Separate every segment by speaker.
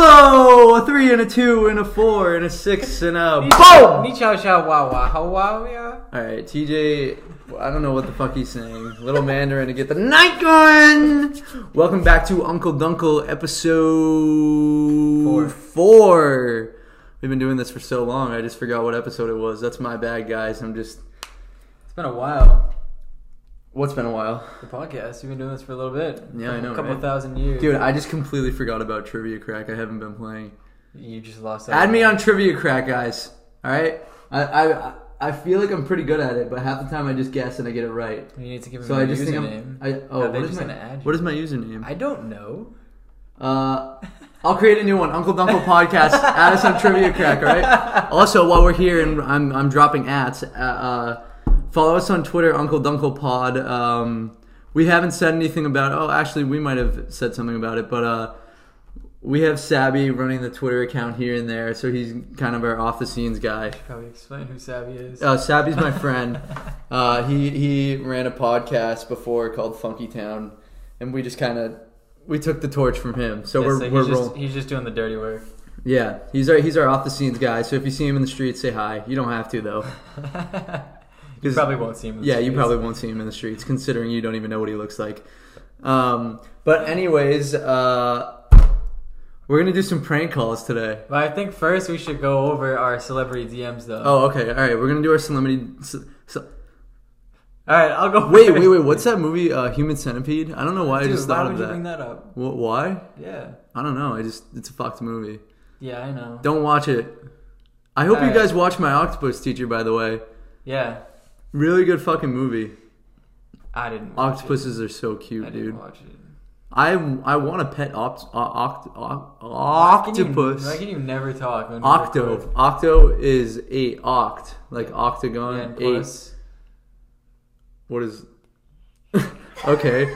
Speaker 1: Hello, a three and a two and a four and a six and a boom.
Speaker 2: Ni chao chao wa wa how wow ya.
Speaker 1: All right, TJ. I don't know what the fuck he's saying. Little Mandarin to get the night gun. Welcome back to Uncle Dunkle episode
Speaker 2: Four.
Speaker 1: four. We've been doing this for so long. I just forgot what episode it was. That's my bad, guys. I'm just.
Speaker 2: It's been a while.
Speaker 1: What's been a while,
Speaker 2: The podcast. We've been doing this for a little bit.
Speaker 1: Yeah, I know,
Speaker 2: A couple
Speaker 1: right?
Speaker 2: thousand years.
Speaker 1: dude? I just completely forgot about Trivia Crack. I haven't been playing.
Speaker 2: you just lost.
Speaker 1: Add me
Speaker 2: everything.
Speaker 1: on Trivia Crack, guys. All right. I I I feel like I'm pretty good at it, but half the time I just guess and I get it right.
Speaker 2: You need to give me
Speaker 1: So
Speaker 2: my
Speaker 1: I just think I'm.
Speaker 2: username.
Speaker 1: I, oh,
Speaker 2: Are they
Speaker 1: what is
Speaker 2: just
Speaker 1: my
Speaker 2: gonna add you?
Speaker 1: what is my username?
Speaker 2: I don't know.
Speaker 1: Uh, I'll create a new one, Uncle Dunkle Podcast. Add us on Trivia Crack. All right. Also, while we're here and I'm I'm dropping ads, uh, uh, follow us on Twitter, Uncle Dunkle Pod. Um, we haven't said anything about. Oh, actually, we might have said something about it, but uh, we have Sabby running the Twitter account here and there, so he's kind of our off the scenes guy.
Speaker 2: Probably explain who Savvy is.
Speaker 1: Uh, Sabby's my friend. Uh, he he ran a podcast before called Funky Town, and we just kind of we took the torch from him. So
Speaker 2: Yeah,
Speaker 1: we're
Speaker 2: he's
Speaker 1: we're
Speaker 2: just,
Speaker 1: rolling.
Speaker 2: He's just doing the dirty work.
Speaker 1: Yeah, he's our he's our off the scenes guy. So if you see him in the street, say hi. You don't have to though.
Speaker 2: you
Speaker 1: 'Cause-
Speaker 2: probably won't see him. in the
Speaker 1: yeah, you
Speaker 2: streets.
Speaker 1: probably won't see him in the streets, considering you don't even know what he looks like. Um, but anyways, uh, we're gonna do some prank calls today.
Speaker 2: But I think first we should go over our celebrity DMs though.
Speaker 1: Oh, okay, all right. We're gonna do our celebrity. ce- ce-
Speaker 2: All right, I'll go.
Speaker 1: wait,
Speaker 2: first.
Speaker 1: wait, wait. What's that movie? Uh, Human Centipede. I don't know why
Speaker 2: Dude,
Speaker 1: I just
Speaker 2: why
Speaker 1: thought
Speaker 2: would
Speaker 1: of
Speaker 2: you
Speaker 1: that.
Speaker 2: bring that up?
Speaker 1: Wh- why?
Speaker 2: Yeah.
Speaker 1: I don't know. I just it's a fucked movie.
Speaker 2: Yeah, I know.
Speaker 1: Don't watch it. I hope you
Speaker 2: Alright.
Speaker 1: guys watch my Octopus Teacher. By the way,
Speaker 2: Yeah,
Speaker 1: really good fucking movie.
Speaker 2: I didn't. Watch It.
Speaker 1: Octopuses are so
Speaker 2: I
Speaker 1: cute,
Speaker 2: didn't
Speaker 1: dude.
Speaker 2: watch it.
Speaker 1: I I want a pet opt, o- oct, o-
Speaker 2: Why can you-
Speaker 1: octopus.
Speaker 2: why can you never talk? When we
Speaker 1: Octo.
Speaker 2: record?
Speaker 1: Octo is a oct, like octagon.
Speaker 2: And
Speaker 1: eight.
Speaker 2: plus,
Speaker 1: What is? okay.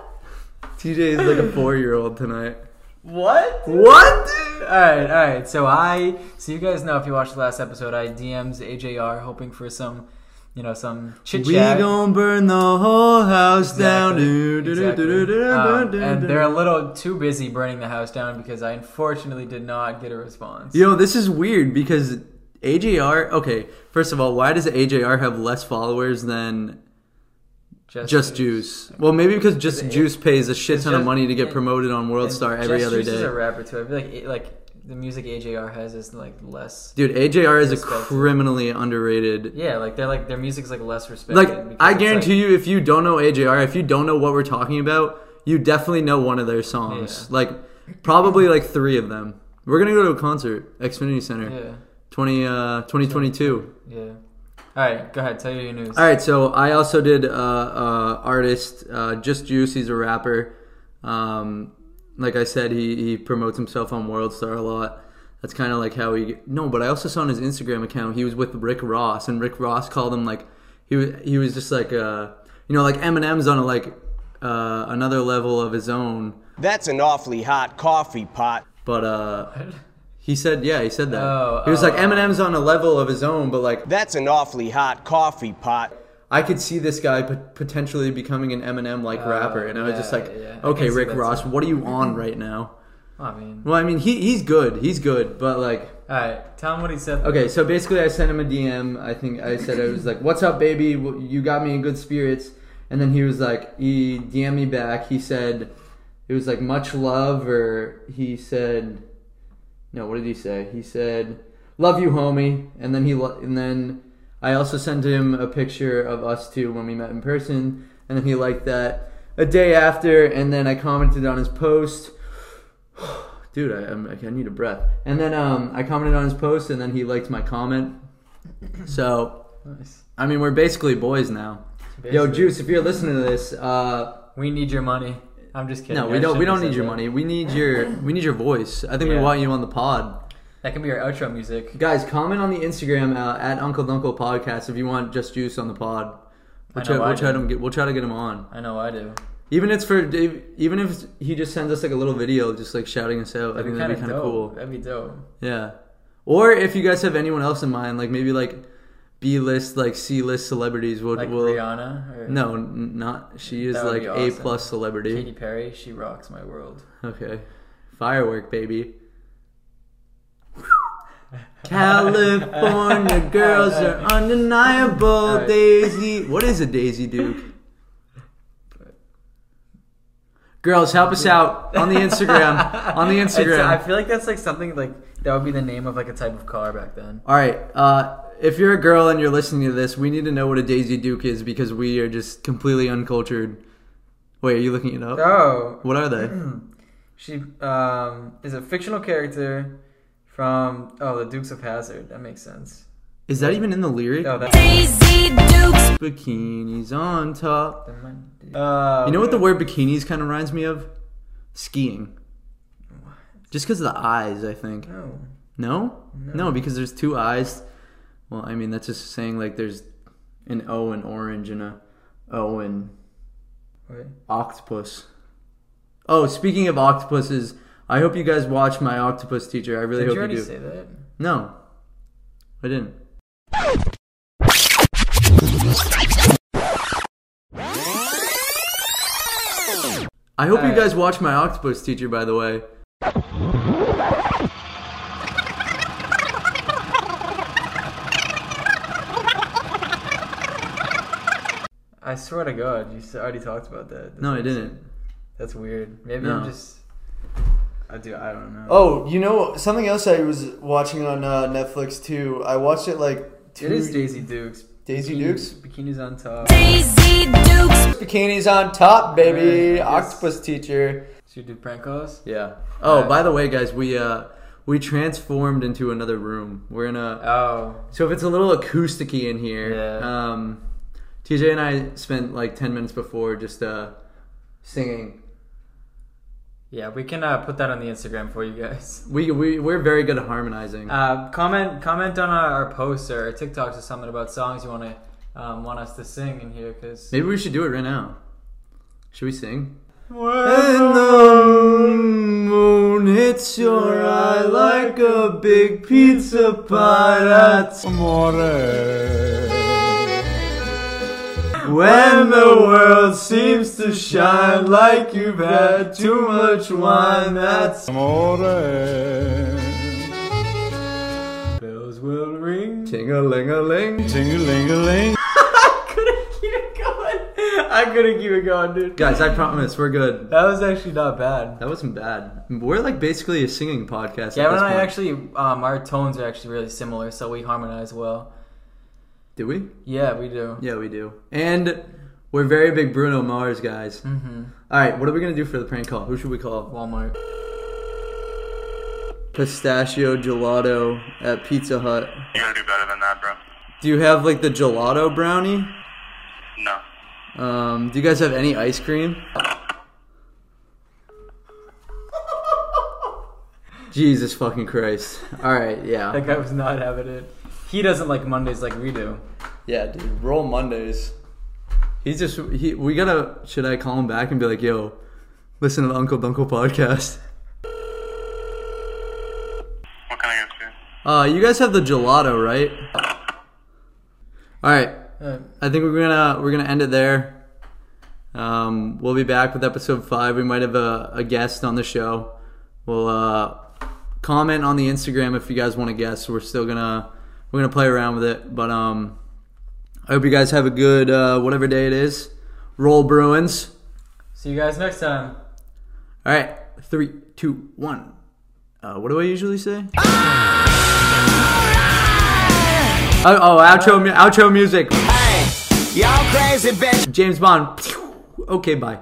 Speaker 1: TJ is like a four year old tonight.
Speaker 2: what?
Speaker 1: What? dude?
Speaker 2: All right, all right. So I, so you guys know if you watched the last episode, I DMs AJR hoping for some, you know, some chit
Speaker 1: We
Speaker 2: chat.
Speaker 1: gon' burn the whole house down. Do, do, do, do, do,
Speaker 2: Exactly.
Speaker 1: do,
Speaker 2: Um,
Speaker 1: do,
Speaker 2: and
Speaker 1: do.
Speaker 2: they're a little too busy burning the house down because I unfortunately did not get a response.
Speaker 1: You know, this is weird because AJR. Okay, first of all, why does AJR have less followers than Just Juice? Well, maybe because Just
Speaker 2: It-
Speaker 1: Juice pays a shit
Speaker 2: it's
Speaker 1: ton of
Speaker 2: just-
Speaker 1: money to get
Speaker 2: it-
Speaker 1: promoted on World
Speaker 2: And
Speaker 1: Star every
Speaker 2: Just
Speaker 1: other
Speaker 2: Juice is a
Speaker 1: day.
Speaker 2: rapper too. I feel like it, like the music AJR has is like less.
Speaker 1: Dude, AJR is a
Speaker 2: Respected.
Speaker 1: criminally underrated.
Speaker 2: Yeah, like they're like their music's like less respected.
Speaker 1: Like,
Speaker 2: because
Speaker 1: I
Speaker 2: it's,
Speaker 1: guarantee you, if you don't know AJR, if you don't know what we're talking about, you definitely know one of their songs.
Speaker 2: Yeah.
Speaker 1: Like, probably like three of them. We're gonna go to a concert, Xfinity Center,
Speaker 2: Yeah,
Speaker 1: 20, uh, 2022.
Speaker 2: yeah. All right, go ahead. Tell you your news.
Speaker 1: All right, so I also did uh, uh, artist uh, Just Juice. He's a rapper. Um, like I said, he, he promotes himself on World Star a lot. That's kind of like how he. No, but I also saw on his Instagram account he was with Rick Ross, and Rick Ross called him like he was he was just like uh, you know like Eminem's on a like uh, another level of his own.
Speaker 3: That's an awfully hot coffee pot.
Speaker 1: But uh, he said yeah, he said that.
Speaker 2: Oh,
Speaker 1: he was like
Speaker 2: oh.
Speaker 1: Eminem's on a level of his own, but like
Speaker 3: That's an awfully hot coffee pot.
Speaker 1: I could see this guy pot- potentially becoming an Eminem like rapper, and I was
Speaker 2: Uh, yeah,
Speaker 1: just like,
Speaker 2: yeah. I
Speaker 1: okay,
Speaker 2: can see
Speaker 1: Rick
Speaker 2: that
Speaker 1: Ross, what are you on right now?
Speaker 2: I mean, all
Speaker 1: Well, I mean, he he's good, he's good, but like,
Speaker 2: right. Tell him what he said.
Speaker 1: okay, so basically, I sent him a DM. I think I said I was like, "What's up, baby? W- You got me in good spirits." And then he was like, he DM me back. He said, it was like much love, or he said, no, what did he say? He said, "Love you, homie." And then he li- and then I also sent him a picture of us two when we met in person, and then he liked that. A day after, and then I commented on his post. Dude, I, I'm, I need a breath. And then um, I commented on his post, and then he liked my comment. So,
Speaker 2: Nice.
Speaker 1: I mean, we're basically boys now. Yo,
Speaker 2: Basically.
Speaker 1: Juice, if you're listening to this, uh,
Speaker 2: We need your money. I'm just kidding.
Speaker 1: no,
Speaker 2: I
Speaker 1: we don't. We
Speaker 2: shouldn't have
Speaker 1: don't need
Speaker 2: said
Speaker 1: your
Speaker 2: that.
Speaker 1: money. We need your. We need your voice. I think we
Speaker 2: Yeah.
Speaker 1: want you on the pod.
Speaker 2: That can be our outro music.
Speaker 1: Guys, comment on the Instagram uh, at Uncle Dunkel Podcast if you want just juice on the pod. We'll
Speaker 2: I
Speaker 1: try,
Speaker 2: know I
Speaker 1: we'll try
Speaker 2: do.
Speaker 1: to get we'll try to get him on.
Speaker 2: I know I do.
Speaker 1: Even if it's for Dave, even if he just sends us like a little video, just like shouting us out. I think that'd be kind of
Speaker 2: dope.
Speaker 1: cool.
Speaker 2: That'd be dope.
Speaker 1: Yeah. Or if you guys have anyone else in mind, like maybe like B list, like C list celebrities, we'll,
Speaker 2: Like
Speaker 1: we'll
Speaker 2: Rihanna or
Speaker 1: no, n- not she is
Speaker 2: That would
Speaker 1: like
Speaker 2: be
Speaker 1: a
Speaker 2: awesome.
Speaker 1: plus celebrity.
Speaker 2: Katy Perry. She rocks my world.
Speaker 1: Okay. Firework, baby. California girls are undeniable.
Speaker 2: Alright.
Speaker 1: Daisy. What is a Daisy Duke? Girls, help us out on the Instagram. On the
Speaker 2: It's- I
Speaker 1: Instagram.
Speaker 2: feel like that's like something like that would be the name of like a type of car back then.
Speaker 1: All right. Uh, if you're a girl and you're listening to this, we need to know what a Daisy Duke is because we are just completely uncultured. Wait, are you looking it up?
Speaker 2: Oh,
Speaker 1: What are they?
Speaker 2: she um, is a fictional character from oh the Dukes of Hazard. That makes sense.
Speaker 1: Is that even in the lyric?
Speaker 2: Oh, that.
Speaker 4: Daisy Dukes.
Speaker 1: Bikinis on top.
Speaker 2: Uh,
Speaker 1: You know what the word bikinis kind of reminds me of? Skiing. Just because of the eyes, I think.
Speaker 2: No.
Speaker 1: No? no? because there's two eyes. Well, I mean, that's just saying like there's an O in orange and a O in
Speaker 2: Wait.
Speaker 1: octopus. Oh, speaking of octopuses, I hope you guys watch my octopus teacher. I really
Speaker 2: Did you
Speaker 1: hope you,
Speaker 2: already
Speaker 1: do.
Speaker 2: say that?
Speaker 1: No, I didn't. I hope you
Speaker 2: Alright.
Speaker 1: guys watch my octopus teacher, by the way.
Speaker 2: I swear to God, you s- already talked about that. That's
Speaker 1: No, I
Speaker 2: insane.
Speaker 1: didn't.
Speaker 2: That's weird. Maybe
Speaker 1: No.
Speaker 2: I'm just. I do. I don't know.
Speaker 1: Oh, you know something else I was watching on uh, Netflix too. I watched it like two
Speaker 2: it is Daisy Dukes.
Speaker 1: Daisy
Speaker 2: Bikini-
Speaker 1: Dukes?
Speaker 2: Bikinis on top.
Speaker 4: Daisy Dukes.
Speaker 1: bikinis on top, baby.
Speaker 2: Alright, I guess-
Speaker 1: Octopus teacher.
Speaker 2: Should we do prank calls?
Speaker 1: Yeah. Oh,
Speaker 2: Alright.
Speaker 1: by the way, guys, we uh we transformed into another room. We're in a
Speaker 2: Oh,
Speaker 1: So if it's a little acousticy in here,
Speaker 2: Yeah.
Speaker 1: um, TJ and I spent like ten minutes before just uh, singing.
Speaker 2: yeah. We can uh, put that on the Instagram for you guys.
Speaker 1: We we we're very good at harmonizing.
Speaker 2: Uh, comment comment on our, our posts or our TikToks or something about songs you want to um, want us to sing in here because
Speaker 1: Maybe we should do it right now. Should we sing?
Speaker 2: When
Speaker 1: the moon hits your
Speaker 2: eye like a
Speaker 1: big pizza
Speaker 2: pie, that's
Speaker 1: When
Speaker 2: the world seems to shine like you've had too much wine, that's- bells will ring.
Speaker 1: ting a ling a ling.
Speaker 2: I couldn't keep it going, dude.
Speaker 1: Guys, I promise we're good.
Speaker 2: That was actually not bad.
Speaker 1: That wasn't bad. We're like basically a singing podcast. at
Speaker 2: Gavin
Speaker 1: this
Speaker 2: and I
Speaker 1: point.
Speaker 2: actually um, our tones are actually really similar, so we harmonize well.
Speaker 1: do we?
Speaker 2: Yeah, we do.
Speaker 1: Yeah, we do. And we're very big Bruno Mars guys.
Speaker 2: Mm-hmm.
Speaker 1: All right, what are we gonna do for the prank call? Who should we call?
Speaker 2: Walmart.
Speaker 1: Pistachio gelato at Pizza Hut.
Speaker 5: You're gonna do better than that, bro.
Speaker 1: Do you have like the gelato brownie?
Speaker 5: No.
Speaker 1: Um, do you guys have any ice cream? Jesus fucking Christ. All right, yeah.
Speaker 2: That guy was not having it. He doesn't like Mondays like we do.
Speaker 1: Yeah, dude, roll Mondays. He's just he we got to should I call him back and be like, "Yo, listen to the Uncle Dunkle podcast."
Speaker 5: What can I get you?
Speaker 1: Uh, you guys have the gelato, right? All right.
Speaker 2: Uh,
Speaker 1: I think we're gonna we're gonna end it there. Um, we'll be back with episode five. We might have a, a guest on the show. We'll uh, comment on the Instagram if you guys want to guess. We're still gonna we're gonna play around with it. But um, I hope you guys have a good uh, whatever day it is. Roll Bruins.
Speaker 2: see you guys next time.
Speaker 1: All right, three, two, one. Uh, what do I usually say? Oh, oh outro, mu- outro music.
Speaker 3: Y'all crazy bitch.
Speaker 1: James Bond. Okay, bye.